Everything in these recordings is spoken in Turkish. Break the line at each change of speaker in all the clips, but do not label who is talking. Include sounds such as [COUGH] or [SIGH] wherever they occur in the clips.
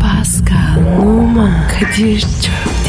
Pascal, Oman, Kadir çok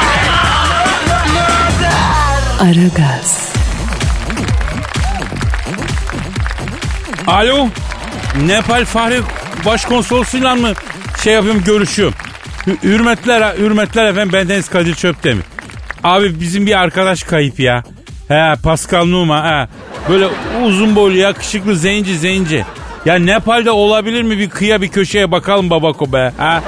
Aragaz,
Alo. Nepal Fahri Başkonsolosuyla mı şey yapıyorum görüşüyorum. Hü- Hürmetler, ha- hürmetler efendim bendeniz Kadir Çöptemir. Abi bizim bir arkadaş kayıp ya. He Pascal Numa he. Böyle uzun boylu yakışıklı zenci zenci. Ya Nepal'de olabilir mi bir kıya bir köşeye bakalım babako be. Ha?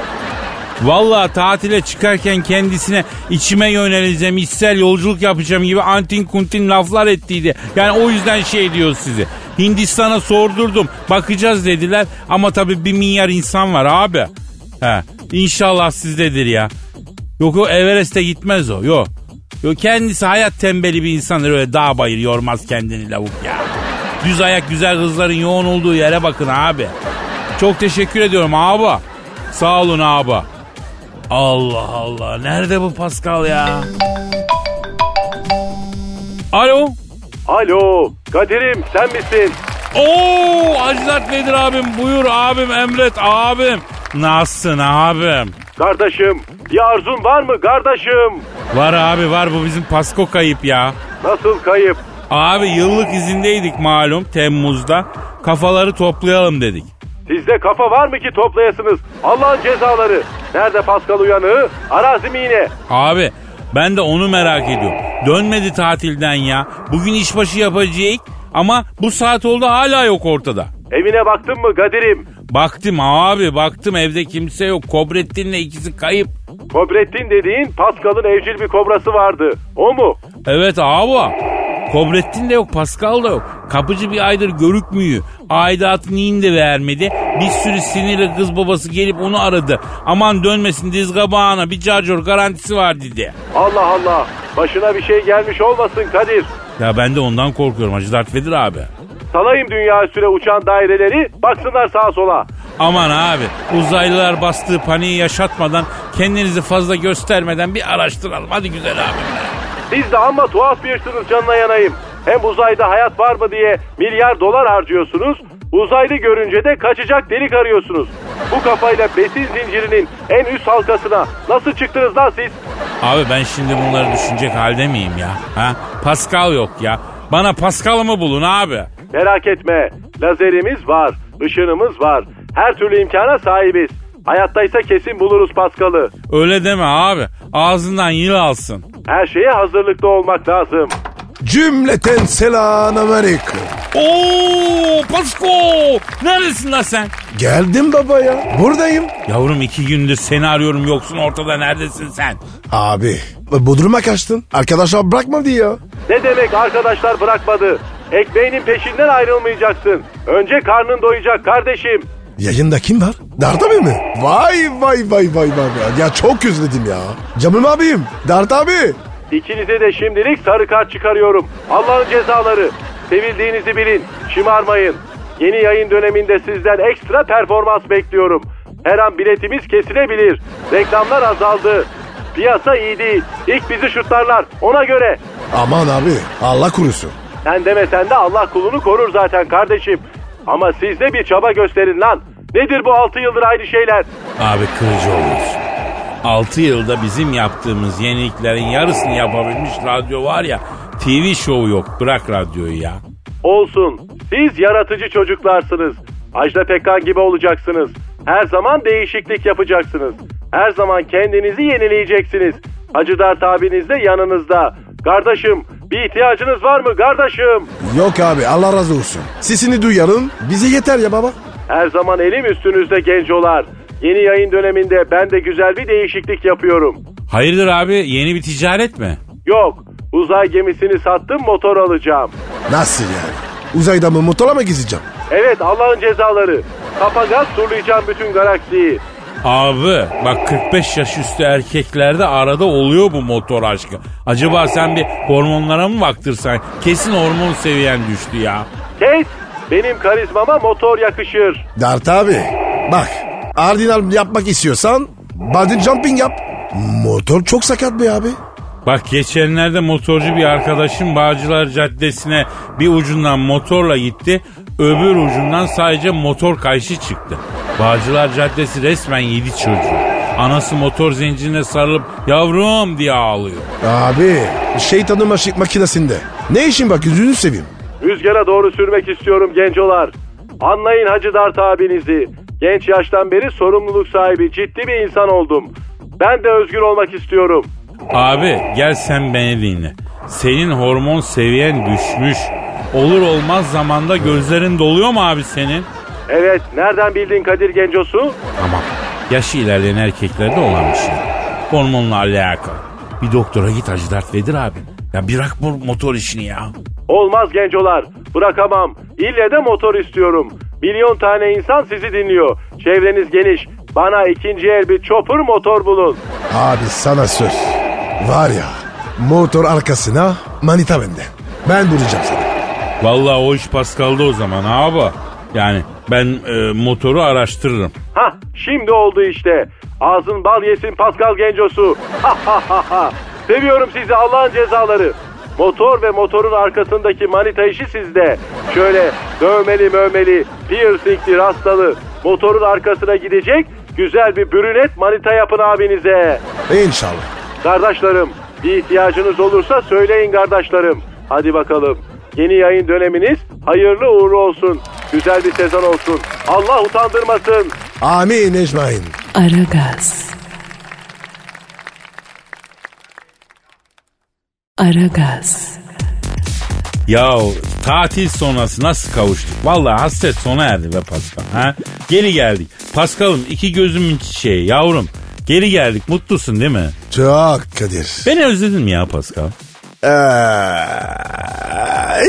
Vallahi tatile çıkarken kendisine içime yöneleceğim, içsel yolculuk yapacağım gibi antin kuntin laflar ettiydi. Yani o yüzden şey diyor sizi. Hindistan'a sordurdum. Bakacağız dediler ama tabii bir milyar insan var abi. He, inşallah sizdedir ya. Yok o Everest'e gitmez o. Yok. Yok kendisi hayat tembeli bir insandır öyle dağ bayır yormaz kendini lavuk ya. Düz ayak güzel kızların yoğun olduğu yere bakın abi. Çok teşekkür ediyorum abi. Sağ olun abi. Allah Allah. Nerede bu Pascal ya? Alo.
Alo Kadir'im sen misin?
Oo, Acizat Vedir abim buyur abim emret abim. Nasılsın abim?
Kardeşim bir arzun var mı kardeşim?
Var abi var bu bizim Pasko kayıp ya.
Nasıl kayıp?
Abi yıllık izindeydik malum Temmuz'da. Kafaları toplayalım dedik.
Sizde kafa var mı ki toplayasınız? Allah'ın cezaları. Nerede Pascal uyanığı? Arazim iğne.
Abi ben de onu merak ediyorum. Dönmedi tatilden ya. Bugün işbaşı yapacak ama bu saat oldu hala yok ortada.
Evine baktın mı Kadir'im?
Baktım abi baktım evde kimse yok. Kobrettin'le ikisi kayıp.
Kobrettin dediğin Pascal'ın evcil bir kobrası vardı. O mu?
Evet abi. Kobrettin de yok Pascal da yok. Kapıcı bir aydır görük müyü. Aidatını in de vermedi. Bir sürü sinirli kız babası gelip onu aradı. Aman dönmesin dizgabağına bir carcor garantisi var dedi.
Allah Allah. Başına bir şey gelmiş olmasın Kadir.
Ya ben de ondan korkuyorum Hacı Dert Vedir abi.
Salayım dünya üstüne uçan daireleri baksınlar sağa sola.
Aman abi uzaylılar bastığı paniği yaşatmadan kendinizi fazla göstermeden bir araştıralım. Hadi güzel abi.
Siz de ama tuhaf bir hırsınız canına yanayım. Hem uzayda hayat var mı diye milyar dolar harcıyorsunuz. Uzaylı görünce de kaçacak delik arıyorsunuz. Bu kafayla besin zincirinin en üst halkasına nasıl çıktınız lan siz?
Abi ben şimdi bunları düşünecek halde miyim ya? Ha? Pascal yok ya. Bana Pascal'ımı bulun abi.
Merak etme. Lazerimiz var, ışınımız var. Her türlü imkana sahibiz. Hayattaysa kesin buluruz Paskal'ı.
Öyle deme abi. Ağzından yıl alsın.
Her şeye hazırlıklı olmak lazım.
Cümleten selam aleyküm.
Oo Pasko! Neredesin lan sen?
Geldim baba ya. Buradayım.
Yavrum iki gündür seni arıyorum yoksun ortada neredesin sen?
Abi Bodrum'a kaçtın. Arkadaşlar bırakma diye ya.
Ne demek arkadaşlar bırakmadı? Ekmeğinin peşinden ayrılmayacaksın. Önce karnın doyacak kardeşim.
Yayında kim var? Dart abi mi? Vay vay vay vay vay. Ya, ya çok özledim ya. Canım abim. Dart abi.
İkinize de şimdilik sarı kart çıkarıyorum. Allah'ın cezaları. Sevildiğinizi bilin, şımarmayın. Yeni yayın döneminde sizden ekstra performans bekliyorum. Her an biletimiz kesilebilir. Reklamlar azaldı. Piyasa iyi değil. İlk bizi şutlarlar. Ona göre.
Aman abi. Allah kurusun.
Sen demesen de Allah kulunu korur zaten kardeşim. Ama siz de bir çaba gösterin lan. Nedir bu 6 yıldır aynı şeyler?
Abi kırıcı oluyorsun. 6 yılda bizim yaptığımız yeniliklerin yarısını yapabilmiş radyo var ya TV şovu yok bırak radyoyu ya.
Olsun. Siz yaratıcı çocuklarsınız. Ajda Pekkan gibi olacaksınız. Her zaman değişiklik yapacaksınız. Her zaman kendinizi yenileyeceksiniz. Hacı Dert abiniz de yanınızda. Kardeşim bir ihtiyacınız var mı kardeşim?
Yok abi Allah razı olsun. Sesini duyarım. Bize yeter ya baba.
Her zaman elim üstünüzde gencolar. Yeni yayın döneminde ben de güzel bir değişiklik yapıyorum.
Hayırdır abi yeni bir ticaret mi?
Yok uzay gemisini sattım motor alacağım.
Nasıl yani? Uzayda mı motora mı gezeceğim?
Evet Allah'ın cezaları. Kafa gaz turlayacağım bütün galaksiyi.
Abi bak 45 yaş üstü erkeklerde arada oluyor bu motor aşkı. Acaba sen bir hormonlara mı baktırsan? Kesin hormon seviyen düştü ya.
Kes! Benim karizmama motor yakışır.
Dert abi bak ardinal yapmak istiyorsan body jumping yap. Motor çok sakat be abi.
Bak geçenlerde motorcu bir arkadaşım Bağcılar Caddesi'ne bir ucundan motorla gitti. Öbür ucundan sadece motor kayışı çıktı. Bağcılar Caddesi resmen yedi çocuğu. Anası motor zincirine sarılıp yavrum diye ağlıyor.
Abi şeytanın maşi- makinesinde. Ne işin bak yüzünü seveyim.
Rüzgara doğru sürmek istiyorum gencolar. Anlayın Hacı Dart abinizi. Genç yaştan beri sorumluluk sahibi ciddi bir insan oldum. Ben de özgür olmak istiyorum.
Abi gel sen beni dinle. Senin hormon seviyen düşmüş. Olur olmaz zamanda gözlerin doluyor mu abi senin?
Evet, nereden bildin Kadir Gencosu?
Ama yaşı ilerleyen erkeklerde olan bir şey. Hormonla alakalı. Bir doktora git Hacı Dert Vedir abi. Ya bırak bu motor işini ya.
Olmaz gencolar. Bırakamam. İlle de motor istiyorum. Milyon tane insan sizi dinliyor. Çevreniz geniş. Bana ikinci el bir chopper motor bulun.
Abi sana söz. Var ya motor arkasına manita bende. Ben bulacağım seni.
Vallahi o iş Paskal'da o zaman abi. Yani ben e, motoru araştırırım.
Hah şimdi oldu işte. Ağzın bal yesin Pascal Gencosu. Ha, ha, ha, ha. Seviyorum sizi Allah'ın cezaları. Motor ve motorun arkasındaki manita işi sizde. Şöyle dövmeli mövmeli, piercingli rastalı. Motorun arkasına gidecek güzel bir brünet manita yapın abinize.
İnşallah.
Kardeşlerim bir ihtiyacınız olursa söyleyin kardeşlerim. Hadi bakalım. Yeni yayın döneminiz hayırlı uğurlu olsun. Güzel bir sezon olsun. Allah utandırmasın.
Amin ecmain.
Aragaz. Aragaz.
Ya tatil sonrası nasıl kavuştuk? Vallahi hasret sona erdi be Pascal. Ha? Geri geldik. Pascal'ım iki gözümün çiçeği yavrum. Geri geldik mutlusun değil mi?
Çok Kadir.
Beni özledin mi ya Pascal?
Ee,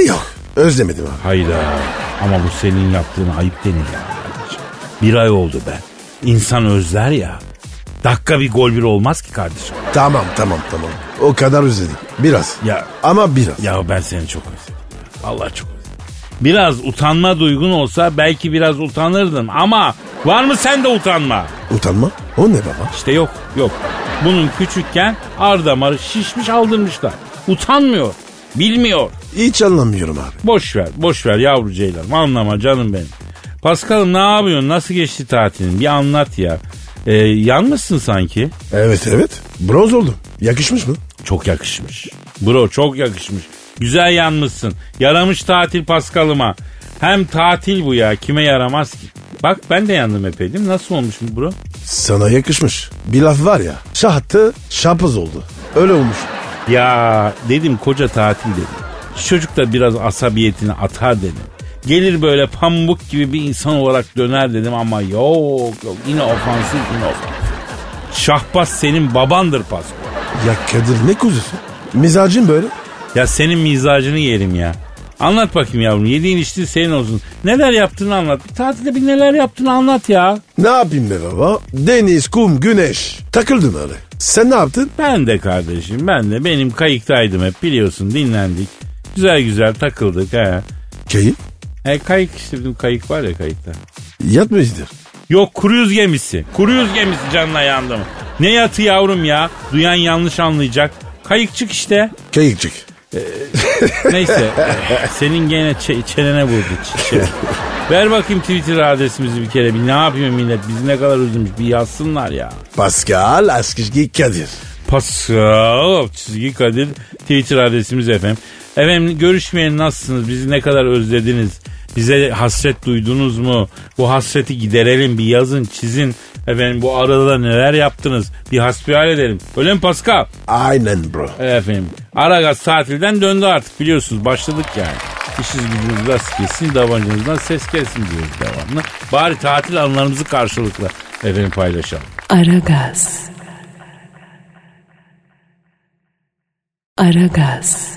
yok özlemedim abi.
Hayda. Ama bu senin yaptığın ayıp denir ya. Bir ay oldu be. İnsan özler ya. Dakika bir gol bir olmaz ki kardeşim.
Tamam tamam tamam. O kadar özledim. Biraz.
Ya.
Ama biraz.
Ya ben seni çok özledim. ya. Vallahi çok özledim. Biraz utanma duygun olsa belki biraz utanırdım ama var mı sende utanma?
Utanma. O ne baba?
İşte yok yok. Bunun küçükken ar damarı şişmiş aldırmışlar. Utanmıyor. Bilmiyor.
Hiç anlamıyorum abi.
Boş ver boş ver yavru ceylanım anlama canım benim. Paskal'ım ne yapıyorsun nasıl geçti tatilin bir anlat ya. Ee, yanmışsın sanki.
Evet evet. Bronz oldum. Yakışmış mı?
Çok yakışmış. Bro çok yakışmış. Güzel yanmışsın. Yaramış tatil Paskal'ıma. Hem tatil bu ya kime yaramaz ki. Bak ben de yandım epey değil mi? Nasıl olmuş bu bro?
Sana yakışmış. Bir laf var ya. Şahattı şapız oldu. Öyle olmuş.
Ya dedim koca tatil dedim. Şu Çocuk da biraz asabiyetini atar dedim. Gelir böyle pamuk gibi bir insan olarak döner dedim ama yok yok yine ofansif yine ofansif. Şahbaz senin babandır Pasko.
Ya Kadir ne kuzusu? Mizacın böyle.
Ya senin mizacını yerim ya. Anlat bakayım yavrum yediğin içtiğin senin olsun. Neler yaptığını anlat. Bir tatilde bir neler yaptığını anlat ya.
Ne yapayım be baba? Deniz, kum, güneş. Takıldım öyle. Sen ne yaptın?
Ben de kardeşim ben de benim kayıktaydım hep biliyorsun dinlendik. Güzel güzel takıldık ha.
Keyif.
E, kayık işte bizim kayık var ya kayıkta.
Yatmayızdır.
Yok kuru yüz gemisi. Kuru yüz gemisi canına yandı mı? Ne yatı yavrum ya? Duyan yanlış anlayacak. Kayıkçık işte.
Keyifçik.
Neyse. senin gene çe- çenene vurdu. çiçeği. Ver bakayım Twitter adresimizi bir kere. Bir ne yapıyor millet? Bizi ne kadar özlemiş. Bir yazsınlar ya.
Pascal Askizgi Kadir.
Pascal çizgi Kadir Twitter adresimiz efendim. Efendim görüşmeyen nasılsınız? Bizi ne kadar özlediniz? Bize hasret duydunuz mu? Bu hasreti giderelim bir yazın çizin. Efendim bu arada neler yaptınız? Bir hasbihal edelim. Öyle mi Pascal?
Aynen bro.
Efendim Aragaz tatilden döndü artık biliyorsunuz başladık yani. İşiniz gücünüz rast kesin davancanızdan ses gelsin diyoruz devamlı. Bari tatil anılarımızı karşılıklı efendim paylaşalım.
Aragaz. Aragaz.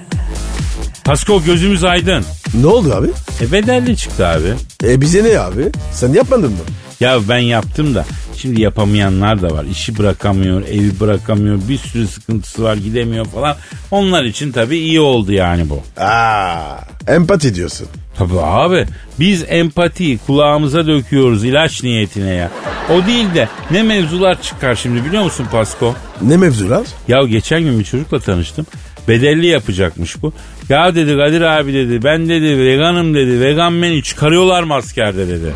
Pasko gözümüz aydın.
Ne oldu abi?
E bedelli çıktı abi.
E bize ne abi? Sen yapmadın mı?
Ya ben yaptım da Şimdi yapamayanlar da var. İşi bırakamıyor, evi bırakamıyor, bir sürü sıkıntısı var, gidemiyor falan. Onlar için tabii iyi oldu yani bu.
Aa, empati diyorsun.
Tabii abi biz empatiyi kulağımıza döküyoruz ilaç niyetine ya. O değil de ne mevzular çıkar şimdi biliyor musun Pasko?
Ne mevzular?
Ya geçen gün bir çocukla tanıştım. Bedelli yapacakmış bu. Ya dedi Kadir abi dedi ben dedi veganım dedi. Vegan menü çıkarıyorlar mı askerde dedi.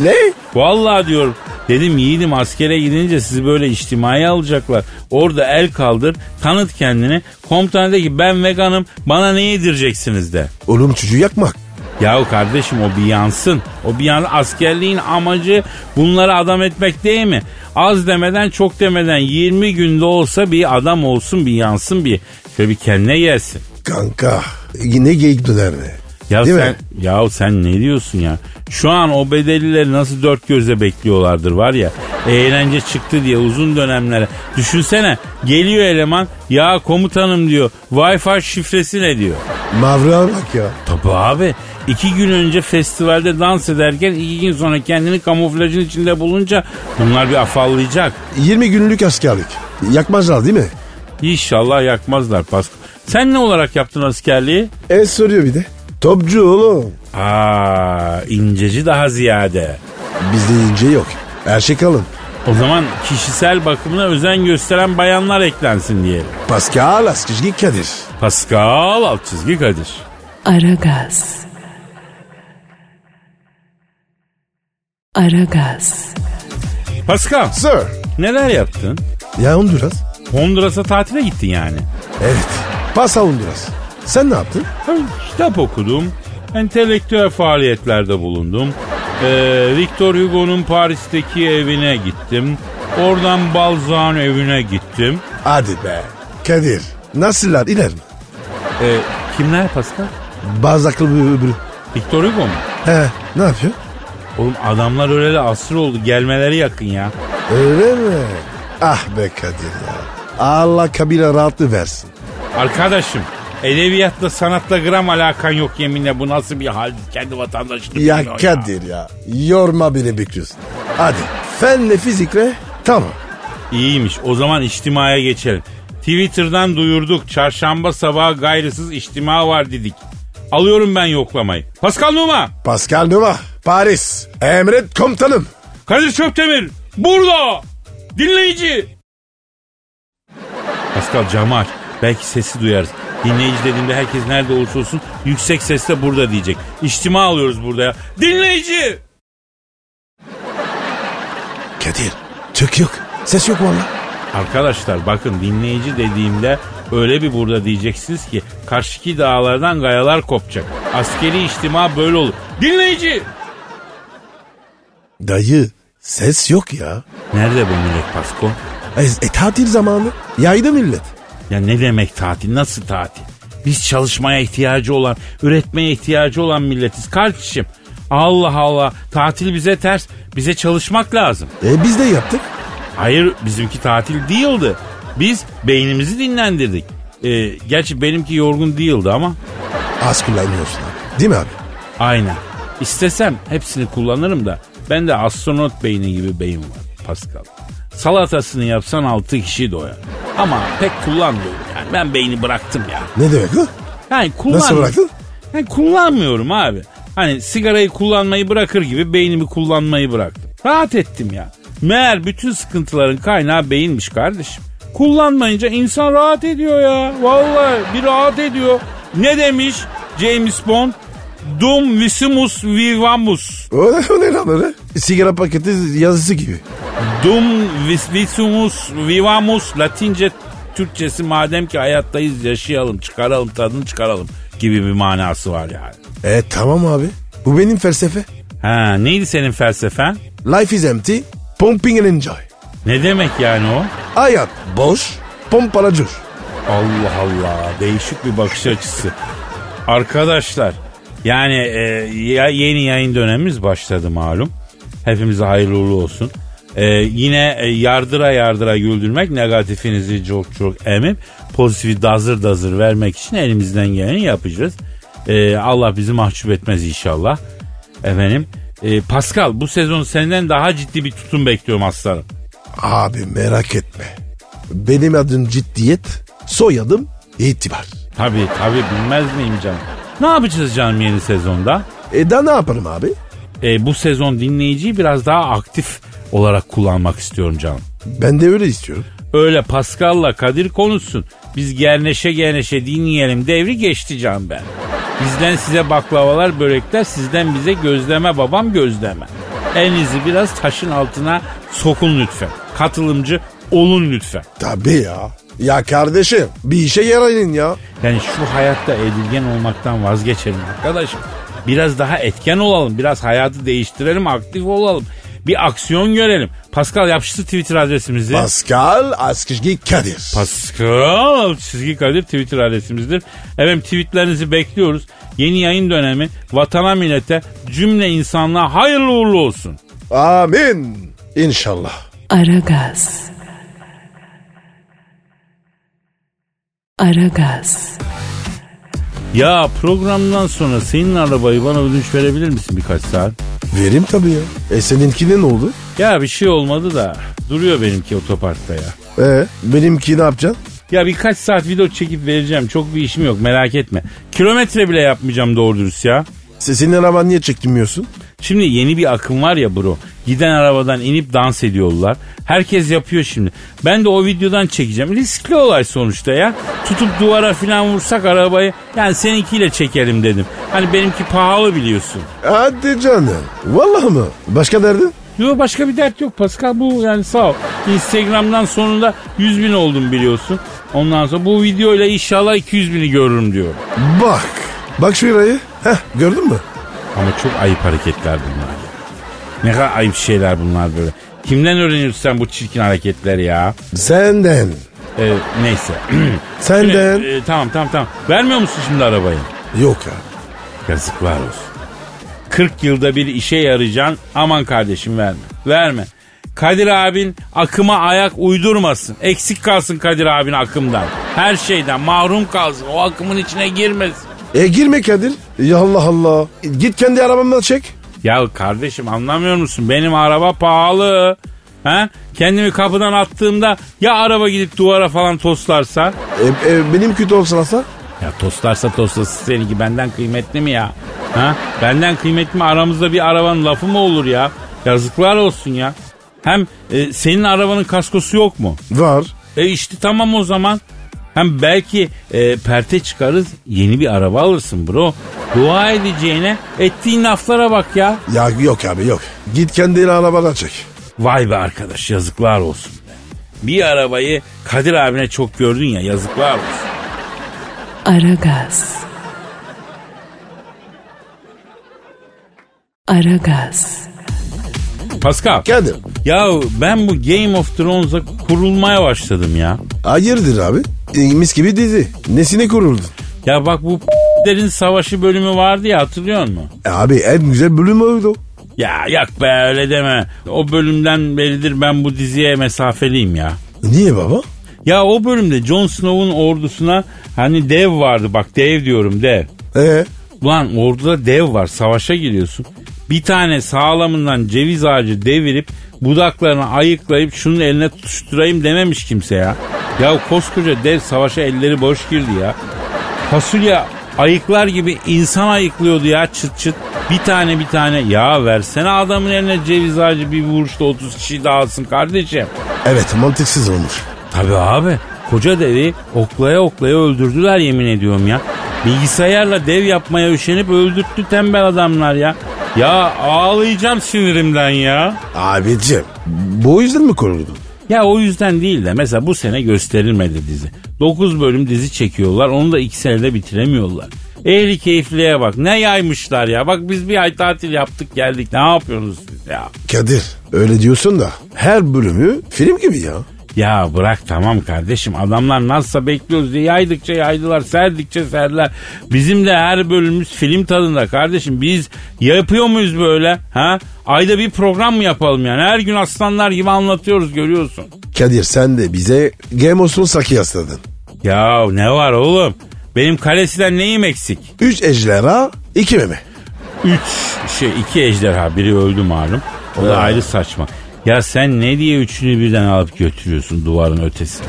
Ne?
Vallahi diyorum. Dedim yiğidim askere gidince sizi böyle içtimai alacaklar. Orada el kaldır, tanıt kendini. Komutan de ki ben veganım, bana ne yedireceksiniz de.
Oğlum çocuğu yakma.
Yahu kardeşim o bir yansın. O bir yansın. Askerliğin amacı bunları adam etmek değil mi? Az demeden çok demeden 20 günde olsa bir adam olsun bir yansın bir. Şöyle bir kendine gelsin.
Kanka yine geyik döner mi?
Ya
Değil
sen,
mi?
ya sen ne diyorsun ya? Şu an o bedellileri nasıl dört gözle bekliyorlardır var ya. E, Eğlence çıktı diye uzun dönemlere. Düşünsene geliyor eleman ya komutanım diyor. Wi-Fi şifresi ne diyor.
Mavra bak ya.
Tabii abi. iki gün önce festivalde dans ederken iki gün sonra kendini kamuflajın içinde bulunca bunlar bir afallayacak.
20 günlük askerlik. Yakmazlar değil mi?
İnşallah yakmazlar Pasko. Sen ne olarak yaptın askerliği?
E soruyor bir de. Topçu oğlum.
Aa inceci daha ziyade.
Bizde ince yok. Her şey kalın.
O zaman kişisel bakımına özen gösteren bayanlar eklensin diyelim.
Pascal Askizgi Kadir.
Pascal alt çizgi Kadir.
Aragaz. Aragaz.
Pascal
Sir.
neler yaptın?
Ya Honduras.
Honduras'a tatile gittin yani.
Evet. Pasa Honduras. Sen ne yaptın?
Ben kitap okudum. Entelektüel faaliyetlerde bulundum. Ee, Victor Hugo'nun Paris'teki evine gittim. Oradan Balzac'ın evine gittim.
Hadi be. Kadir. Nasıllar iler mi?
Ee, kimler Pascal?
Bazaklı bir öbürü.
Victor Hugo mu?
He. Ne yapıyor?
Oğlum adamlar öleli asır oldu. Gelmeleri yakın ya.
Öyle mi? Ah be Kadir ya. Allah kabile rahatlığı versin.
Arkadaşım edebiyatla sanatla gram alakan yok yeminle. Bu nasıl bir hal? Kendi vatandaşını
Ya
biliyor
Kadir ya. Yorma beni bekliyorsun. Hadi. Fenle fizikle tamam.
İyiymiş. O zaman içtimaya geçelim. Twitter'dan duyurduk. Çarşamba sabahı gayrısız içtima var dedik. Alıyorum ben yoklamayı. Pascal Numa,
Pascal Numa. Paris. Emret komutanım.
Kadir Çöptemir, burada. Dinleyici. Pascal camı aç. Belki sesi duyarız. Dinleyici dediğimde herkes nerede olursa olsun yüksek sesle burada diyecek. İçtima alıyoruz burada ya. Dinleyici.
Kadir. Türk yok. Ses yok valla.
Arkadaşlar bakın dinleyici dediğimde öyle bir burada diyeceksiniz ki karşıki dağlardan gayalar kopacak. Askeri içtima böyle olur. Dinleyici!
Dayı. Ses yok ya.
Nerede bu millet Pasko?
E, e, tatil zamanı. Yaydı millet.
Ya ne demek tatil? Nasıl tatil? Biz çalışmaya ihtiyacı olan, üretmeye ihtiyacı olan milletiz kardeşim. Allah Allah tatil bize ters. Bize çalışmak lazım.
E, biz de yaptık.
Hayır bizimki tatil değildi. Biz beynimizi dinlendirdik. Ee, gerçi benimki yorgun değildi ama
Az kullanıyorsun abi. Değil mi abi?
Aynen. İstesem hepsini kullanırım da ben de astronot beyni gibi beyin var Pascal. Salatasını yapsan 6 kişi doyar. Ama pek kullanmıyorum yani. Ben beyni bıraktım ya.
Ne demek o?
Yani kullan...
Nasıl bıraktın?
Yani kullanmıyorum abi. Hani sigarayı kullanmayı bırakır gibi beynimi kullanmayı bıraktım. Rahat ettim ya. Meğer bütün sıkıntıların kaynağı beyinmiş kardeşim. Kullanmayınca insan rahat ediyor ya. Vallahi bir rahat ediyor. Ne demiş James Bond? Dum visimus vivamus.
O ne, o ne lan öyle? Sigara paketi yazısı gibi.
Dum vis- visimus vivamus. Latince Türkçesi madem ki hayattayız yaşayalım çıkaralım tadını çıkaralım gibi bir manası var yani.
E tamam abi. Bu benim felsefe.
Ha neydi senin felsefen?
Life is empty. Pumping and enjoy.
Ne demek yani o?
Hayat boş. Pompala coş.
Allah Allah değişik bir bakış açısı. Arkadaşlar yani e, ya- yeni yayın dönemimiz başladı malum. Hepimize hayırlı uğurlu olsun. E, yine e, yardıra yardıra güldürmek negatifinizi çok çok emip pozitifi dazır dazır vermek için elimizden geleni yapacağız. E, Allah bizi mahcup etmez inşallah. Efendim E, Pascal bu sezon senden daha ciddi bir tutum bekliyorum aslanım.
Abi merak etme. Benim adım ciddiyet, soyadım itibar.
Tabii tabii bilmez miyim canım? Ne yapacağız canım yeni sezonda?
E da ne yaparım abi?
E, bu sezon dinleyiciyi biraz daha aktif olarak kullanmak istiyorum canım.
Ben de öyle istiyorum.
Öyle Pascal'la Kadir konuşsun. Biz gerneşe gerneşe dinleyelim. Devri geçti can ben. Bizden size baklavalar, börekler, sizden bize gözleme babam gözleme. Elinizi biraz taşın altına sokun lütfen. Katılımcı olun lütfen.
Tabii ya. Ya kardeşim bir işe yarayın ya.
Yani şu hayatta edilgen olmaktan vazgeçelim arkadaşım. Biraz daha etken olalım, biraz hayatı değiştirelim, aktif olalım. Bir aksiyon görelim. Pascal yapıştı Twitter adresimizi.
Pascal Askizgi Kadir.
Pascal çizgi Kadir Twitter adresimizdir. Efendim tweetlerinizi bekliyoruz. Yeni yayın dönemi vatana millete cümle insanlığa hayırlı uğurlu olsun.
Amin. İnşallah.
Aragaz. Aragaz.
Ya programdan sonra senin arabayı bana ödünç verebilir misin birkaç saat?
Verim tabii ya. E seninkine ne oldu?
Ya bir şey olmadı da duruyor benimki otoparkta ya.
E benimki ne yapacaksın?
Ya birkaç saat video çekip vereceğim. Çok bir işim yok merak etme. Kilometre bile yapmayacağım doğru dürüst ya.
Senin araban niye çektirmiyorsun?
Şimdi yeni bir akım var ya bro. Giden arabadan inip dans ediyorlar. Herkes yapıyor şimdi. Ben de o videodan çekeceğim. Riskli olay sonuçta ya. Tutup duvara falan vursak arabayı. Yani seninkiyle çekelim dedim. Hani benimki pahalı biliyorsun.
Hadi canım. Vallahi mı? Başka derdin?
Yok başka bir dert yok Pascal bu yani sağ ol. Instagram'dan sonunda 100 bin oldum biliyorsun. Ondan sonra bu videoyla inşallah 200 bini görürüm diyor.
Bak. Bak şu lirayı. Heh gördün mü?
Ama çok ayıp hareketler bunlar ya. Ne kadar ayıp şeyler bunlar böyle. Kimden öğreniyorsun sen bu çirkin hareketleri ya?
Senden.
Ee, neyse. [CLEARS THROAT] Şimdi,
Senden.
e, tamam tamam tamam. Vermiyor musun şimdi arabayı?
Yok ya.
Yazıklar olsun. 40 yılda bir işe yarayacaksın. Aman kardeşim verme. Verme. Kadir abin akıma ayak uydurmasın. Eksik kalsın Kadir abin akımdan. Her şeyden mahrum kalsın. O akımın içine girmesin.
E girme Kadir. Ya Allah Allah. E, Git kendi arabamdan çek.
Ya kardeşim anlamıyor musun? Benim araba pahalı. Ha? Kendimi kapıdan attığımda ya araba gidip duvara falan toslarsa?
E, e, benim kötü olsun asla.
Ya toslarsa tostası seninki benden kıymetli mi ya? Ha? Benden kıymetli mi aramızda bir arabanın lafı mı olur ya? Yazıklar olsun ya. Hem e, senin arabanın kaskosu yok mu?
Var.
E işte tamam o zaman. Hem belki e, perte çıkarız yeni bir araba alırsın bro. Dua edeceğine ettiğin laflara bak ya.
Ya yok abi yok. Git kendi arabadan çek.
Vay be arkadaş yazıklar olsun be. Bir arabayı Kadir abine çok gördün ya yazıklar olsun.
Aragaz. Aragaz.
Pascal.
Kadir.
Ya ben bu Game of Thrones'a kurulmaya başladım ya.
Hayırdır abi? E, mis gibi dizi. Nesine kuruldun?
Ya bak bu derin savaşı bölümü vardı ya hatırlıyor musun?
E, abi en güzel bölüm oydu.
Ya yak be öyle deme. O bölümden beridir ben bu diziye mesafeliyim ya.
Niye baba?
Ya o bölümde Jon Snow'un ordusuna hani dev vardı bak dev diyorum dev.
E
Ulan orduda dev var savaşa giriyorsun. Bir tane sağlamından ceviz ağacı devirip budaklarını ayıklayıp şunun eline tutuşturayım dememiş kimse ya. Ya koskoca dev savaşa elleri boş girdi ya. Fasulye ayıklar gibi insan ayıklıyordu ya çıt çıt. Bir tane bir tane ya versene adamın eline ceviz ağacı bir vuruşta 30 kişi dağılsın kardeşim.
evet mantıksız olmuş.
Tabii abi. Koca devi oklaya oklaya öldürdüler yemin ediyorum ya. Bilgisayarla dev yapmaya üşenip öldürttü tembel adamlar ya. Ya ağlayacağım sinirimden ya.
Abicim bu yüzden mi kuruldun?
Ya o yüzden değil de mesela bu sene gösterilmedi dizi. 9 bölüm dizi çekiyorlar onu da 2 senede bitiremiyorlar. Ehli keyifliğe bak ne yaymışlar ya. Bak biz bir ay tatil yaptık geldik ne yapıyorsunuz siz ya.
Kadir öyle diyorsun da her bölümü film gibi ya.
Ya bırak tamam kardeşim adamlar nasılsa bekliyoruz diye yaydıkça yaydılar serdikçe serdiler. Bizim de her bölümümüz film tadında kardeşim biz yapıyor muyuz böyle ha? Ayda bir program mı yapalım yani her gün aslanlar gibi anlatıyoruz görüyorsun.
Kadir sen de bize Game of Thrones'a kıyasladın.
Ya ne var oğlum benim kalesiden neyim eksik?
3 ejderha 2 meme.
Üç şey iki ejderha biri öldü malum. O da ayrı saçma. Ya sen ne diye üçünü birden alıp götürüyorsun duvarın ötesine?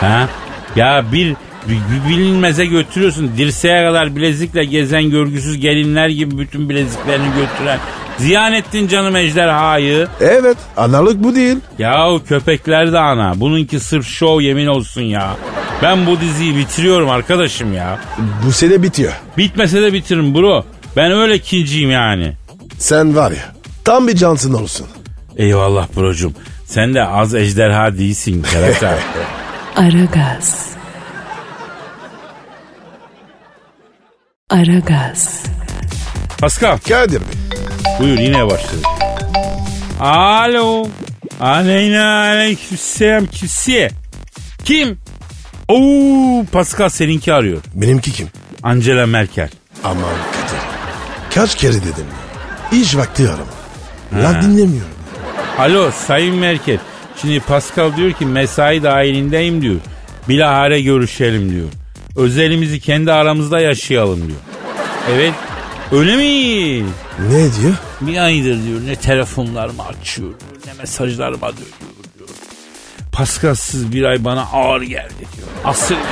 Ha? Ya bir bir- bilinmeze götürüyorsun. Dirseğe kadar bilezikle gezen görgüsüz gelinler gibi bütün bileziklerini götüren. Ziyan ettin canım ejderhayı.
Evet analık bu değil.
Yahu köpekler de ana. Bununki sırf şov yemin olsun ya. Ben bu diziyi bitiriyorum arkadaşım ya.
Bu sene bitiyor.
Bitmese de bitiririm bro. Ben öyle kinciyim yani.
Sen var ya tam bir cansın olsun.
Eyvallah brocum. Sen de az ejderha değilsin karakter.
Aragaz. Aragaz.
Pascal
Kadir Bey.
buyur yine başladık. Alo. Aleyna aleykümselam kimsiye. Kim? Oo Pascal seninki arıyor.
Benimki kim?
Angela Merkel.
Aman Kadir. Kaç kere dedim. İş vakti arama. Lan dinlemiyorum.
Alo Sayın Merkel. Şimdi Pascal diyor ki mesai dahilindeyim diyor. Bilahare görüşelim diyor. Özelimizi kendi aramızda yaşayalım diyor. Evet. Öyle mi?
Ne diyor?
Bir aydır diyor ne telefonlarımı açıyor diyor, ne mesajlarıma dönüyor diyor. Paskasız bir ay bana ağır geldi diyor. Asır gibi.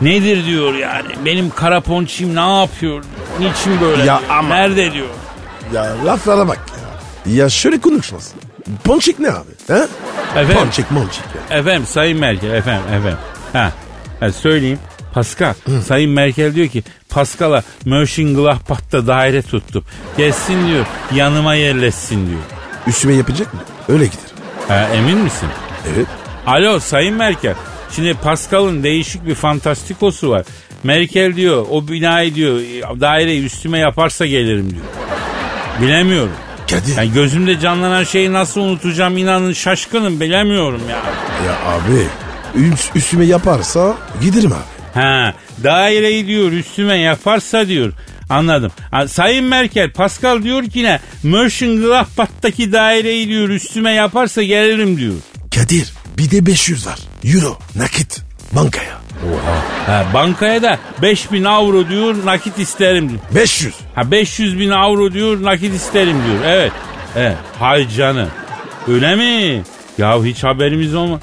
Nedir diyor yani benim kara ponçim ne yapıyor? Niçin böyle?
Ya
diyor,
ama-
Nerede diyor?
Ya laflara bak ya. Ya şöyle konuşmasın. Ponçik ne abi? He?
Efendim?
Ponçik monçik ya.
Efendim Sayın Merkel efendim efendim. Ha, ha, söyleyeyim. Pascal, Sayın Merkel diyor ki Pascal'a Mönchengladbach'ta daire tuttum. Gelsin diyor yanıma yerleşsin diyor.
Üstüme yapacak mı? Öyle gider.
Ha, emin misin?
Evet.
Alo Sayın Merkel. Şimdi Pascal'ın değişik bir fantastikosu var. Merkel diyor o binayı diyor daireyi üstüme yaparsa gelirim diyor. Bilemiyorum.
Kadir.
Yani gözümde canlanan şeyi nasıl unutacağım inanın şaşkınım bilemiyorum ya.
Ya abi. üst- üstüme yaparsa giderim abi.
Ha daireyi diyor üstüme yaparsa diyor. Anladım. Ha, Sayın Merkel Pascal diyor ki ne? Mönchengladbach'taki daireyi diyor üstüme yaparsa gelirim diyor.
Kadir bir de 500 var. Euro nakit bankaya.
Ha, bankaya da 5000 avro diyor nakit isterim diyor.
500.
Ha 500 bin avro diyor nakit isterim diyor. Evet. Evet. Hay canım. Öyle mi? Ya hiç haberimiz olma.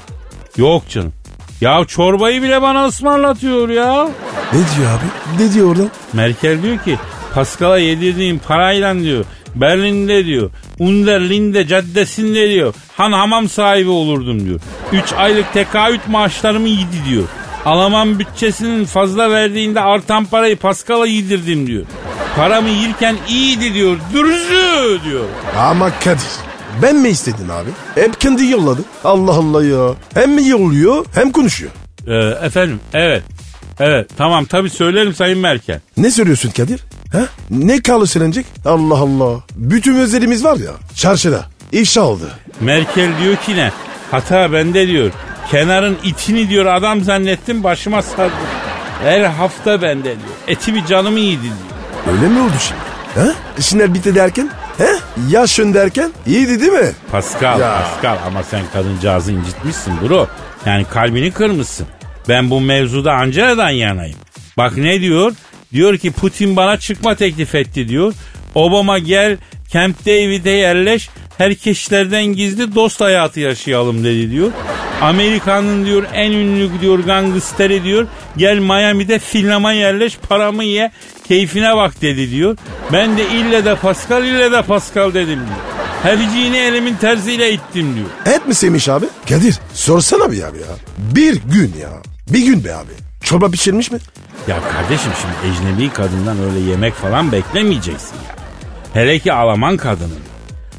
Yok canım. Ya çorbayı bile bana ısmarlatıyor ya.
Ne diyor abi? Ne diyor orada?
Merkel diyor ki Pascal'a yedirdiğim parayla diyor Berlin'de diyor Under Linde caddesinde diyor Han hamam sahibi olurdum diyor. 3 aylık tekaüt maaşlarımı yedi diyor. Alman bütçesinin fazla verdiğinde artan parayı Pascal'a yedirdim diyor. Paramı yirken iyiydi diyor. Dürüzü diyor.
Ama Kadir ben mi istedim abi? Hep kendi yolladı. Allah Allah ya. Hem mi yolluyor hem konuşuyor.
Ee, efendim evet. Evet tamam tabii söylerim Sayın Merkel.
Ne söylüyorsun Kadir? Ha? Ne kalı silinecek? Allah Allah. Bütün özelimiz var ya. Çarşıda. İfşa oldu.
Merkel diyor ki ne? Hata bende diyor. Kenarın itini diyor adam zannettim başıma sardı. Her hafta bende diyor. Eti bir canımı yedi diyor.
Öyle mi oldu şimdi? Ha? İşler bitti derken? He? Yaşın derken? İyiydi değil mi?
Pascal,
Ya.
Pascal ama sen kadıncağızı incitmişsin bro. Yani kalbini kırmışsın. Ben bu mevzuda Angela'dan yanayım. Bak ne diyor? Diyor ki Putin bana çıkma teklif etti diyor. Obama gel Camp David'e yerleş. Herkeslerden gizli dost hayatı yaşayalım dedi diyor. Amerika'nın diyor en ünlü diyor gangsteri diyor. Gel Miami'de filama yerleş paramı ye keyfine bak dedi diyor. Ben de ille de Pascal ille de Pascal dedim diyor. Herciğini elimin tersiyle ittim diyor.
Et mi sevmiş abi? Kadir sorsana bir abi ya. Bir gün ya. Bir gün be abi. Çorba pişirmiş mi?
Ya kardeşim şimdi ecnebi kadından öyle yemek falan beklemeyeceksin ya. Hele ki Alman kadının.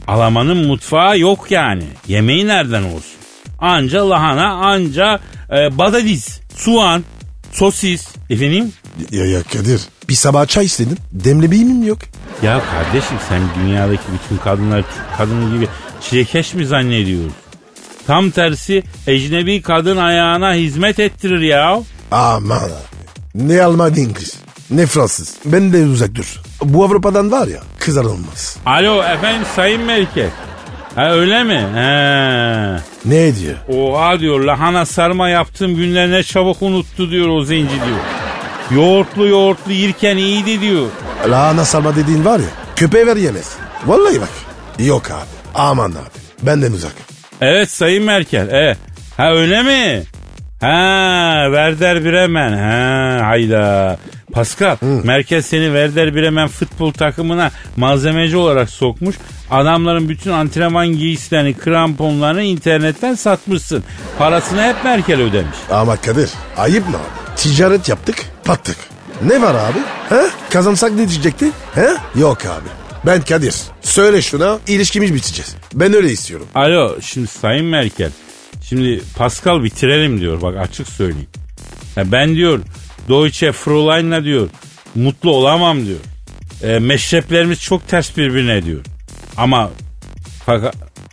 Alamanın mutfağı yok yani. Yemeği nereden olsun? Anca lahana, anca e, badadiz, soğan, sosis. Efendim?
Ya ya Kadir. Bir sabah çay istedim. Demlemeğim yok.
Ya kardeşim sen dünyadaki bütün kadınlar Türk kadını gibi çilekeş mi zannediyorsun? Tam tersi ecnebi kadın ayağına hizmet ettirir ya.
Aman abi. Ne Alman ne İngiliz. Ne Fransız. Ben de uzak dur. Bu Avrupa'dan var ya kızar olmaz.
Alo efendim Sayın Melike. Ha öyle mi? He.
Ne diyor?
Oha diyor lahana sarma yaptığım günler ne çabuk unuttu diyor o zenci diyor. Yoğurtlu yoğurtlu yirken iyiydi diyor.
Lahana sarma dediğin var ya köpeğe ver yemez. Vallahi bak. Yok abi. Aman abi. Benden uzak.
Evet Sayın Merkel. Evet. Ha öyle mi? Ha Werder Bremen. Ha hayda. Pascal Merkel seni Werder Bremen futbol takımına malzemeci olarak sokmuş. Adamların bütün antrenman giysilerini, kramponlarını internetten satmışsın. Parasını hep Merkel ödemiş.
Ama Kadir ayıp mı abi? Ticaret yaptık battık. Ne var abi? He? Kazansak ne diyecekti? He? Yok abi. Ben Kadir. Söyle şuna ilişkimiz biteceğiz. Ben öyle istiyorum.
Alo şimdi Sayın Merkel. Şimdi Pascal bitirelim diyor bak açık söyleyeyim. Ya ben diyor Deutsche Fräulein'la diyor mutlu olamam diyor. E, meşreplerimiz çok ters birbirine diyor. Ama faka-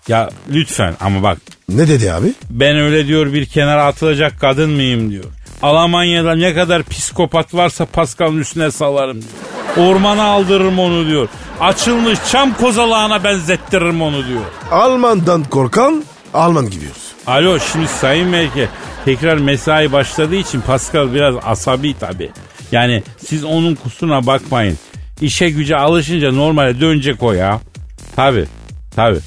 ya lütfen ama bak
Ne dedi abi?
ben öyle diyor bir kenara atılacak kadın mıyım diyor. Almanya'da ne kadar psikopat varsa Pascal'ın üstüne salarım diyor. Ormana aldırırım onu diyor. Açılmış çam kozalağına benzettiririm onu diyor.
Alman'dan korkan Alman gibiyoruz.
Alo şimdi Sayın Melike tekrar mesai başladığı için Pascal biraz asabi tabi. Yani siz onun kusuruna bakmayın. İşe güce alışınca normale dönecek o ya. Tabi tabi.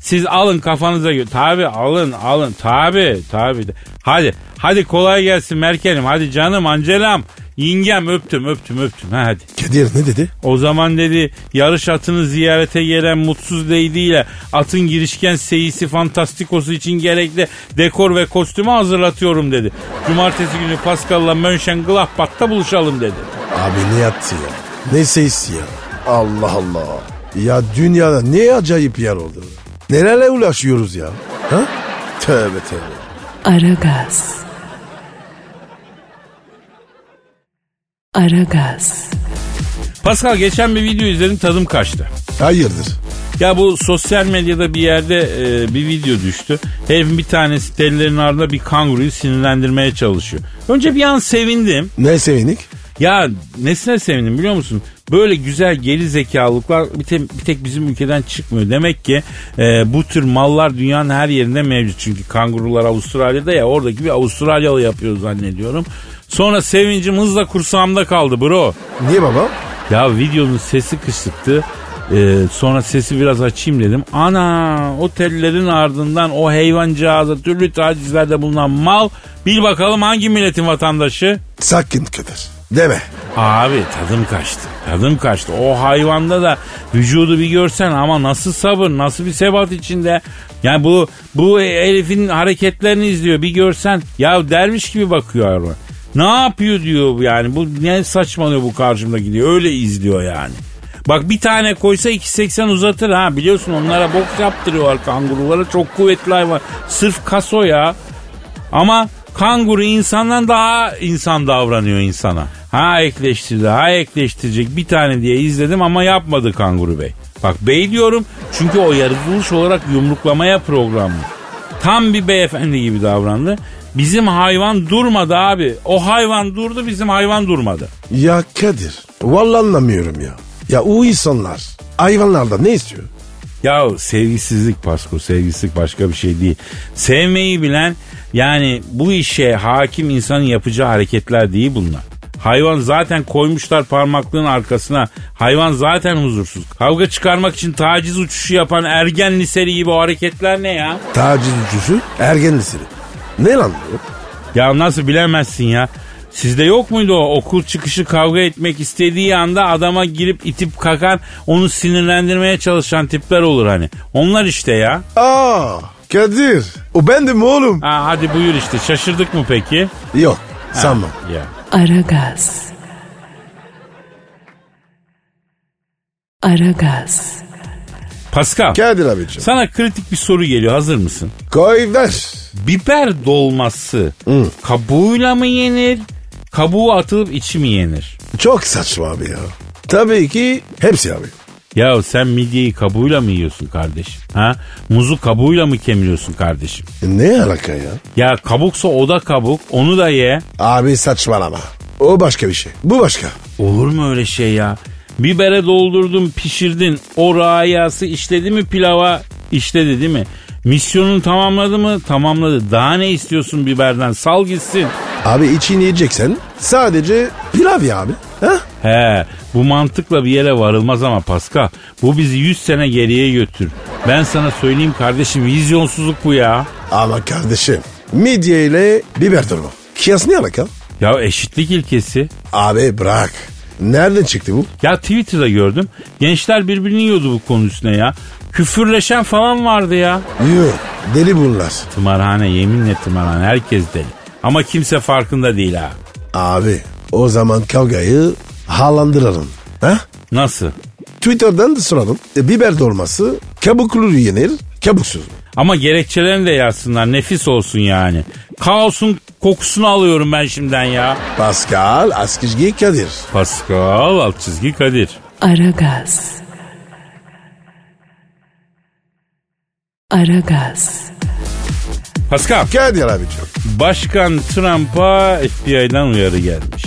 Siz alın kafanıza göre. Tabi alın alın tabi tabi. Hadi hadi kolay gelsin Merkel'im hadi canım Ancelam. Yengem öptüm öptüm öptüm ha, hadi.
Kadir ne dedi?
O zaman dedi yarış atını ziyarete gelen mutsuz deydiyle atın girişken seyisi fantastikosu için gerekli dekor ve kostümü hazırlatıyorum dedi. Cumartesi günü Pascal'la Mönchengladbach'ta buluşalım dedi.
Abi ne yattı ya? Ne sesi ya? Allah Allah. Ya dünyada ne acayip yer oldu. Nelerle ulaşıyoruz ya? Ha? Tövbe tövbe.
Aragaz. Aragaz.
Pascal geçen bir video izledim tadım kaçtı.
Hayırdır?
Ya bu sosyal medyada bir yerde e, bir video düştü. Herifin bir tanesi tellerin ardında bir kanguruyu sinirlendirmeye çalışıyor. Önce bir an sevindim.
Ne sevinik?
Ya nesine sevindim biliyor musun? Böyle güzel geri zekalılıklar bir, te- bir tek bizim ülkeden çıkmıyor. Demek ki e, bu tür mallar dünyanın her yerinde mevcut. Çünkü kangurular Avustralya'da ya oradaki bir Avustralyalı yapıyor zannediyorum. Sonra sevincim hızla kursağımda kaldı bro.
Niye baba?
Ya videonun sesi kısıktı. Ee, sonra sesi biraz açayım dedim. Ana o tellerin ardından o hayvancağıza türlü tacizlerde bulunan mal bil bakalım hangi milletin vatandaşı?
Sakın Kadir. Deme.
Abi tadım kaçtı. Tadım kaçtı. O hayvanda da vücudu bir görsen ama nasıl sabır, nasıl bir sebat içinde. Yani bu bu herifin hareketlerini izliyor bir görsen. Ya dermiş gibi bakıyor hayvan. Ne yapıyor diyor yani. Bu ne saçmalıyor bu karşımda gidiyor. Öyle izliyor yani. Bak bir tane koysa 2.80 uzatır ha biliyorsun onlara boks yaptırıyorlar kangurulara çok kuvvetli hayvan. Sırf kaso ya. Ama kanguru insandan daha insan davranıyor insana. Ha ekleştirdi, ha ekleştirecek bir tane diye izledim ama yapmadı kanguru bey. Bak bey diyorum çünkü o yaratılış olarak yumruklamaya programlı. Tam bir beyefendi gibi davrandı. Bizim hayvan durmadı abi. O hayvan durdu bizim hayvan durmadı.
Ya Kadir. Vallahi anlamıyorum ya. Ya o insanlar hayvanlardan ne istiyor?
Ya sevgisizlik Pasko sevgisizlik başka bir şey değil. Sevmeyi bilen yani bu işe hakim insanın yapacağı hareketler değil bunlar. Hayvan zaten koymuşlar parmaklığın arkasına. Hayvan zaten huzursuz. Kavga çıkarmak için taciz uçuşu yapan ergen liseli gibi o hareketler ne ya?
Taciz ucusu ergen liseli. Ne lan bu?
Ya nasıl bilemezsin ya? Sizde yok muydu o okul çıkışı kavga etmek istediği anda adama girip itip kakan onu sinirlendirmeye çalışan tipler olur hani. Onlar işte ya.
Aa Kadir. O bendim oğlum.
Ha, hadi buyur işte şaşırdık mı peki?
Yok sanmam.
Ya.
Aragaz. Aragaz.
Pascal
Kadir abicim.
sana kritik bir soru geliyor hazır mısın?
Koy ver.
Biber dolması kabuğuyla mı yenir? Kabuğu atılıp içi mi yenir?
Çok saçma abi ya. Tabii ki hepsi abi.
Ya sen midyeyi kabuğuyla mı yiyorsun kardeşim? Ha? Muzu kabuğuyla mı kemiriyorsun kardeşim?
E, Ne alaka ya?
Ya kabuksa o da kabuk onu da ye.
Abi saçmalama. O başka bir şey. Bu başka.
Olur mu öyle şey ya? Bibere doldurdun pişirdin o rayası işledi mi pilava işledi değil mi? Misyonunu tamamladı mı? Tamamladı. Daha ne istiyorsun biberden? Sal gitsin.
Abi için yiyeceksen sadece pilav ya abi. Ha?
He bu mantıkla bir yere varılmaz ama Pascal. Bu bizi 100 sene geriye götür. Ben sana söyleyeyim kardeşim vizyonsuzluk bu ya.
Ama kardeşim midye ile biber durumu. Kıyas ne alaka?
Ya eşitlik ilkesi.
Abi bırak. Nereden çıktı bu?
Ya Twitter'da gördüm. Gençler birbirini yiyordu bu konu üstüne ya. Küfürleşen falan vardı ya.
Yuh deli bunlar.
Tımarhane yeminle tımarhane herkes deli. Ama kimse farkında değil ha.
Abi o zaman kavgayı halandıralım. Ha?
Nasıl?
Twitter'dan da soralım. E, biber dolması kabuklu yenir, kabuksuz. mu?
Ama gerekçelerini de yazsınlar nefis olsun yani. Kaosun kokusunu alıyorum ben şimdiden ya.
Pascal Askizgi Kadir.
Pascal alt çizgi Kadir.
Aragaz. Aragaz.
Pascal
Kadir abicim.
başkan Trump'a FBI'dan uyarı gelmiş.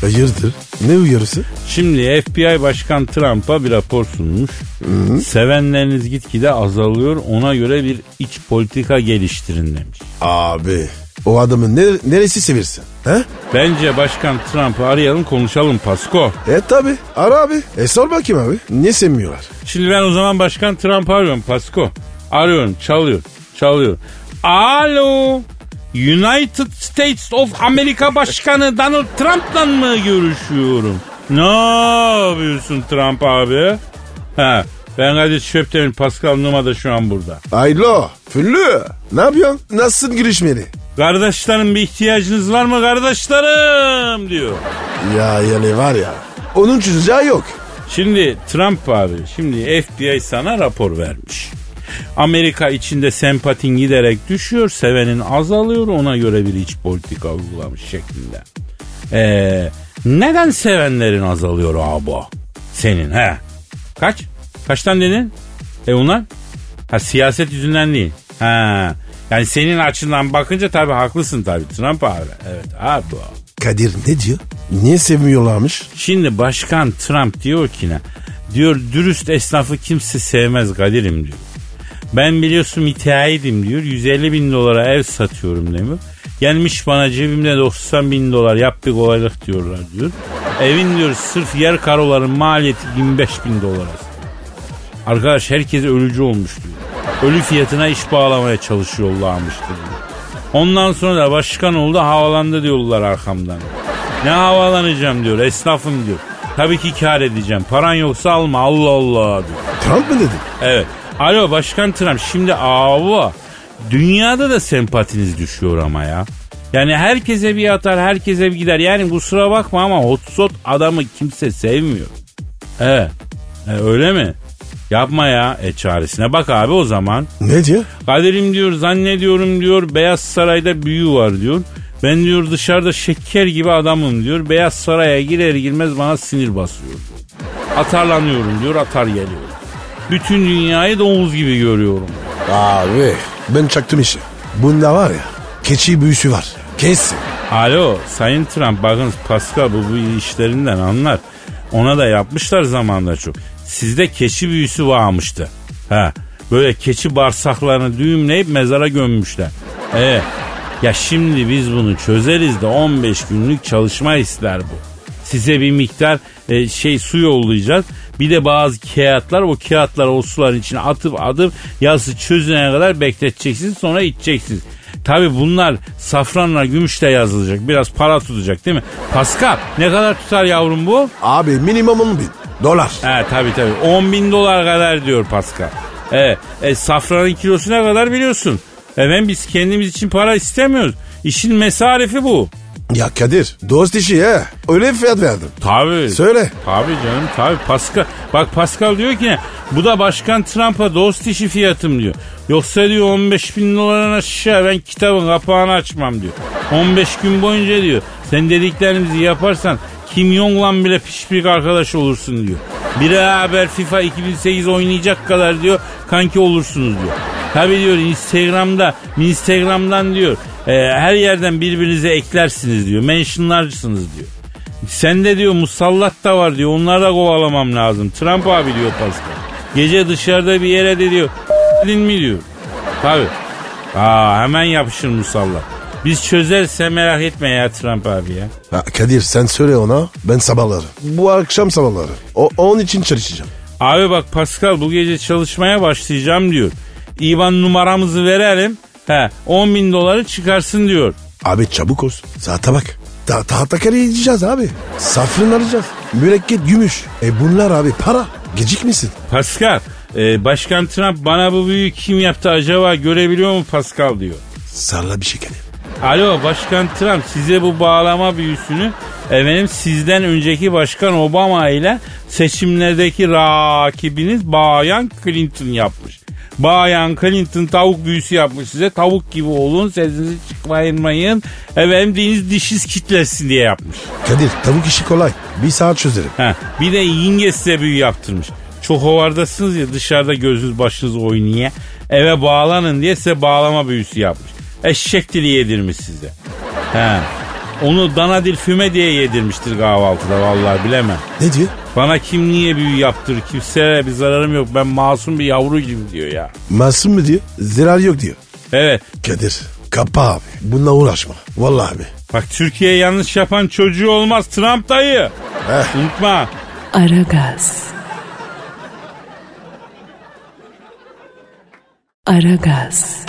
Hayırdır? Ne uyarısı?
Şimdi FBI Başkan Trump'a bir rapor sunmuş. Sevenleriniz gitgide azalıyor ona göre bir iç politika geliştirin demiş.
Abi o adamın ne- neresi sevirsin? He?
Bence Başkan Trump'ı arayalım konuşalım Pasko.
E tabi. Ara abi. E sor bakayım abi. Niye sevmiyorlar?
Şimdi ben o zaman Başkan Trump'ı arıyorum Pasko. Arıyorum, çalıyor, çalıyor. Alo, United States of America Başkanı Donald Trump'la mı görüşüyorum? Ne yapıyorsun Trump abi? Ha, ben Kadir Şöptemir, Pascal Numa da şu an burada.
Aylo. Füllü. Ne yapıyorsun? Nasılsın girişmeli?
Kardeşlerim bir ihtiyacınız var mı kardeşlerim diyor.
Ya yani var ya. Onun çözeceği yok.
Şimdi Trump abi şimdi FBI sana rapor vermiş. Amerika içinde sempatin giderek düşüyor, sevenin azalıyor ona göre bir iç politika uygulamış şeklinde. Ee, neden sevenlerin azalıyor abi? Senin he? Kaç? Kaçtan dedin? E onlar? Ha siyaset yüzünden değil. Ha. Yani senin açından bakınca tabii haklısın tabii Trump abi. Evet abi.
Kadir ne diyor? Niye sevmiyorlarmış?
Şimdi başkan Trump diyor ki ne? Diyor dürüst esnafı kimse sevmez Kadir'im diyor. Ben biliyorsun müteahhitim diyor. 150 bin dolara ev satıyorum demiyor. Gelmiş bana cebimde 90 bin dolar yap bir kolaylık diyorlar diyor. Evin diyor sırf yer karoların maliyeti 25 bin dolar aslında. Arkadaş herkes ölücü olmuş diyor. Ölü fiyatına iş bağlamaya çalışıyorlarmış diyor. Ondan sonra da başkan oldu havalandı diyorlar arkamdan. Ne havalanacağım diyor esnafım diyor. Tabii ki kar edeceğim. Paran yoksa alma Allah Allah diyor.
Trump mı dedi?
Evet. Alo Başkan Trump şimdi ava dünyada da sempatiniz düşüyor ama ya. Yani herkese bir atar herkese bir gider. Yani kusura bakma ama hotsot adamı kimse sevmiyor. Evet. E, öyle mi? Yapma ya. E çaresine bak abi o zaman.
Ne diyor?
Kaderim diyor zannediyorum diyor Beyaz Saray'da büyü var diyor. Ben diyor dışarıda şeker gibi adamım diyor. Beyaz Saray'a girer girmez bana sinir basıyor. diyor. Atarlanıyorum diyor atar geliyor. Bütün dünyayı domuz gibi görüyorum.
Abi ben çaktım işi. Bunda var ya keçi büyüsü var. Kesin.
Alo Sayın Trump bakın Pascal bu, bu işlerinden anlar. Ona da yapmışlar zamanında çok. Sizde keçi büyüsü varmıştı. Ha böyle keçi bağırsaklarını düğümleyip mezara gömmüşler. E ya şimdi biz bunu çözeriz de 15 günlük çalışma ister bu. Size bir miktar e, şey su yollayacağız. Bir de bazı kağıtlar o kağıtları o suların içine atıp atıp yası çözülene kadar bekleteceksiniz sonra içeceksiniz. Tabi bunlar safranla gümüşle yazılacak. Biraz para tutacak değil mi? Pascal ne kadar tutar yavrum bu? E,
Abi minimum 10 bin dolar.
He tabi tabi 10 bin dolar kadar diyor Pascal. E, e, safranın kilosu ne kadar biliyorsun. Efendim biz kendimiz için para istemiyoruz. İşin mesarifi bu.
Ya Kadir dost işi ya. Öyle bir fiyat verdim.
Tabi.
Söyle.
Tabii canım tabii Pascal. Bak Pascal diyor ki ne? Bu da Başkan Trump'a dost işi fiyatım diyor. Yoksa diyor 15 bin dolardan aşağı ben kitabın kapağını açmam diyor. 15 gün boyunca diyor sen dediklerimizi yaparsan Kim Jong-un bile pişpik arkadaş olursun diyor. Beraber FIFA 2008 oynayacak kadar diyor kanki olursunuz diyor. Tabii diyor Instagram'da, Instagram'dan diyor e, her yerden birbirinize eklersiniz diyor. Mentionlarsınız diyor. Sende diyor musallat da var diyor. Onları da kovalamam lazım. Trump abi diyor Pascal. Gece dışarıda bir yere de diyor. "Din mi diyor. Tabii. Aa hemen yapışır musallat. Biz çözeriz sen merak etme ya Trump abi ya.
Ha, Kadir sen söyle ona ben sabahları. Bu akşam sabahları. O, onun için çalışacağım.
Abi bak Pascal bu gece çalışmaya başlayacağım diyor. İvan numaramızı verelim. He 10 bin doları çıkarsın diyor.
Abi çabuk olsun. Saate bak. Ta tahta kare yiyeceğiz abi. Safran arayacağız. Mürekkep gümüş. E bunlar abi para. Gecikmesin.
Pascal e, Başkan Trump bana bu büyüyü kim yaptı acaba görebiliyor mu Pascal diyor.
Sarla bir şey Kadir.
Alo Başkan Trump size bu bağlama büyüsünü efendim sizden önceki Başkan Obama ile seçimlerdeki rakibiniz Bayan Clinton yapmış. Bayan Clinton tavuk büyüsü yapmış size. Tavuk gibi olun sesinizi çıkmayın. Efendim deniz dişiz kitlesin diye yapmış.
Kadir tavuk işi kolay. Bir saat çözerim.
Ha, bir de yenge size büyü yaptırmış. Çok hovardasınız ya dışarıda gözünüz başınız oynuyor. Eve bağlanın diye size bağlama büyüsü yapmış. Eşek dili yedirmiş size. He. Onu dana dil füme diye yedirmiştir kahvaltıda vallahi bilemem.
Ne diyor?
Bana kim niye büyü yaptırır kimseye bir zararım yok ben masum bir yavrucuyum diyor ya.
Masum mu diyor? Zarar yok diyor.
Evet
Kadir kapa abi. Bununla uğraşma. Vallahi abi.
bak Türkiye yanlış yapan çocuğu olmaz Trump dayı.
Heh.
Unutma
Aragaz. Aragaz.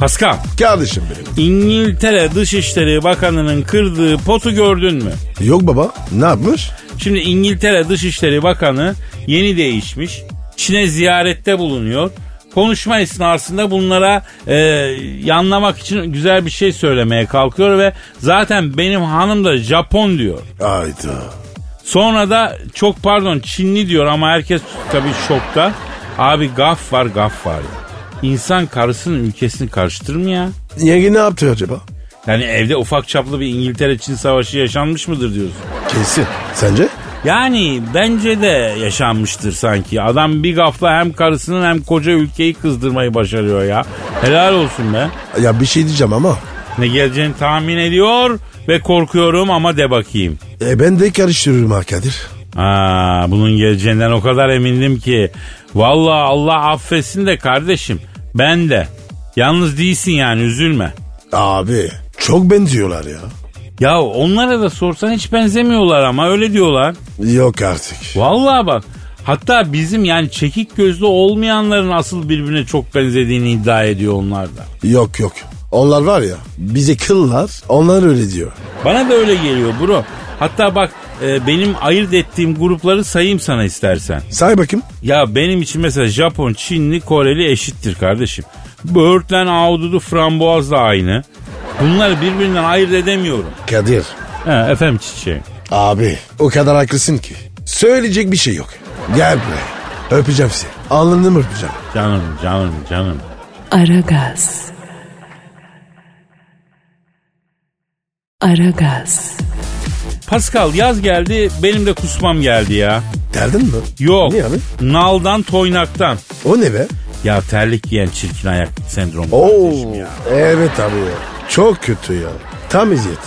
Pascal
Kardeşim benim.
İngiltere Dışişleri Bakanı'nın kırdığı potu gördün mü?
Yok baba. Ne yapmış?
Şimdi İngiltere Dışişleri Bakanı yeni değişmiş. Çin'e ziyarette bulunuyor. Konuşma esnasında bunlara e, yanlamak için güzel bir şey söylemeye kalkıyor ve zaten benim hanım da Japon diyor.
Ayda.
Sonra da çok pardon Çinli diyor ama herkes tabii şokta. Abi gaf var gaf var ya. İnsan karısının ülkesini karıştırır mı ya?
Yenge ne yaptı acaba?
Yani evde ufak çaplı bir İngiltere-Çin savaşı yaşanmış mıdır diyorsun?
Kesin. Sence?
Yani bence de yaşanmıştır sanki. Adam bir gafla hem karısının hem koca ülkeyi kızdırmayı başarıyor ya. Helal olsun be.
Ya bir şey diyeceğim ama.
Ne geleceğini tahmin ediyor ve korkuyorum ama de bakayım.
E ben de karıştırırım ha Kadir.
Aa, bunun geleceğinden o kadar emindim ki. Vallahi Allah affetsin de kardeşim. Ben de. Yalnız değilsin yani üzülme.
Abi çok benziyorlar ya.
Ya onlara da sorsan hiç benzemiyorlar ama öyle diyorlar.
Yok artık.
Vallahi bak. Hatta bizim yani çekik gözlü olmayanların asıl birbirine çok benzediğini iddia ediyor onlar da.
Yok yok. Onlar var ya bize kıllar onlar öyle diyor.
Bana da öyle geliyor bro. Hatta bak e, benim ayırt ettiğim grupları sayayım sana istersen.
Say bakayım.
Ya benim için mesela Japon, Çinli, Koreli eşittir kardeşim. Böğürtlen, ahududu, frambuaz da aynı. Bunları birbirinden ayırt edemiyorum.
Kadir.
He, efendim çiçeğim.
Abi o kadar haklısın ki. Söyleyecek bir şey yok. Gel buraya. Öpeceğim seni. Alnını öpeceğim.
Canım, canım, canım.
Aragaz. Aragaz.
Pascal yaz geldi, benim de kusmam geldi ya.
Derdin mi?
Yok.
Niye abi?
Naldan toynaktan.
O ne be?
Ya terlik giyen çirkin ayak sendromu
Oo.
kardeşim ya.
Evet abi ya. Çok kötü ya. Tam eziyet.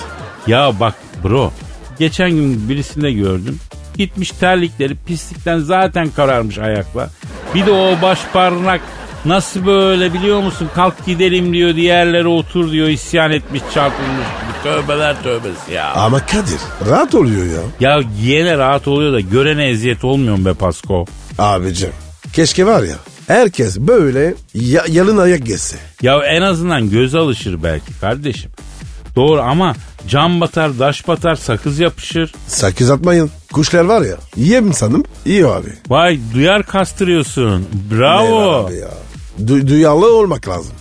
Ya bak bro. Geçen gün birisinde gördüm. Gitmiş terlikleri pislikten zaten kararmış ayakla. Bir de o baş parmak nasıl böyle biliyor musun kalk gidelim diyor diğerlere otur diyor isyan etmiş çarpılmış. gibi. Tövbeler tövbesi ya.
Ama Kadir rahat oluyor ya.
Ya giyene rahat oluyor da görene eziyet olmuyor mu be Pasko?
Abicim keşke var ya herkes böyle ya- yalın ayak gezse.
Ya en azından göz alışır belki kardeşim. Doğru ama cam batar, daş batar, sakız yapışır.
Sakız atmayın. Kuşlar var ya. Yem sanım. İyi abi.
Vay duyar kastırıyorsun.
Eyvah
Bravo.
abi ya. Du- duyarlı olmak lazım.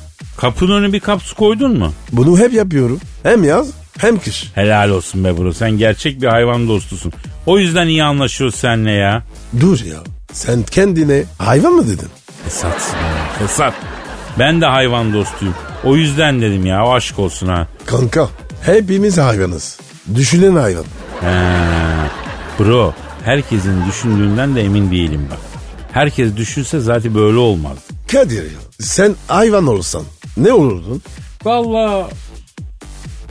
Kapının önüne bir kap su koydun mu?
Bunu hep yapıyorum. Hem yaz hem kış.
Helal olsun be bro. Sen gerçek bir hayvan dostusun. O yüzden iyi anlaşıyoruz seninle ya.
Dur ya. Sen kendine hayvan mı dedin?
Fesatsın ya. Fesat. Ben de hayvan dostuyum. O yüzden dedim ya. O aşk olsun ha.
Kanka hepimiz hayvanız. Düşünen hayvan.
Bro herkesin düşündüğünden de emin değilim bak. Herkes düşünse zaten böyle olmaz.
Kadir ya. Sen hayvan olsan ne olurdun?
Valla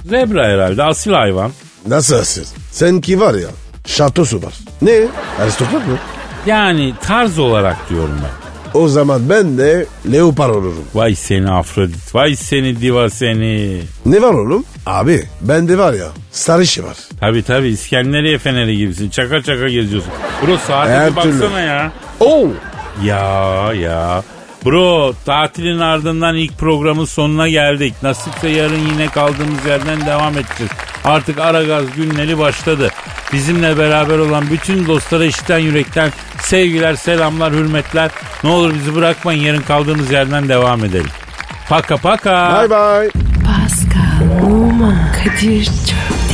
zebra herhalde asil hayvan.
Nasıl asıl? Sen ki var ya. Şatosu var. Ne? Aristokrat mı?
Yani tarz olarak diyorum ben.
O zaman ben de leopar olurum.
Vay seni Afrodit. Vay seni diva seni.
Ne var oğlum? Abi bende var ya sarışı var.
Tabi tabi İskenderiye feneri gibisin. Çaka çaka geziyorsun. Bro saate
Her
bir
türlü.
baksana ya.
Oo.
Ya ya. Bro tatilin ardından ilk programın sonuna geldik. Nasipse yarın yine kaldığımız yerden devam edeceğiz. Artık Aragaz günleri başladı. Bizimle beraber olan bütün dostlara işten yürekten sevgiler, selamlar, hürmetler. Ne olur bizi bırakmayın yarın kaldığımız yerden devam edelim. Paka paka.
Bye bye.
Pascal, Oman, Kadir çok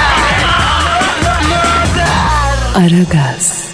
Aragaz.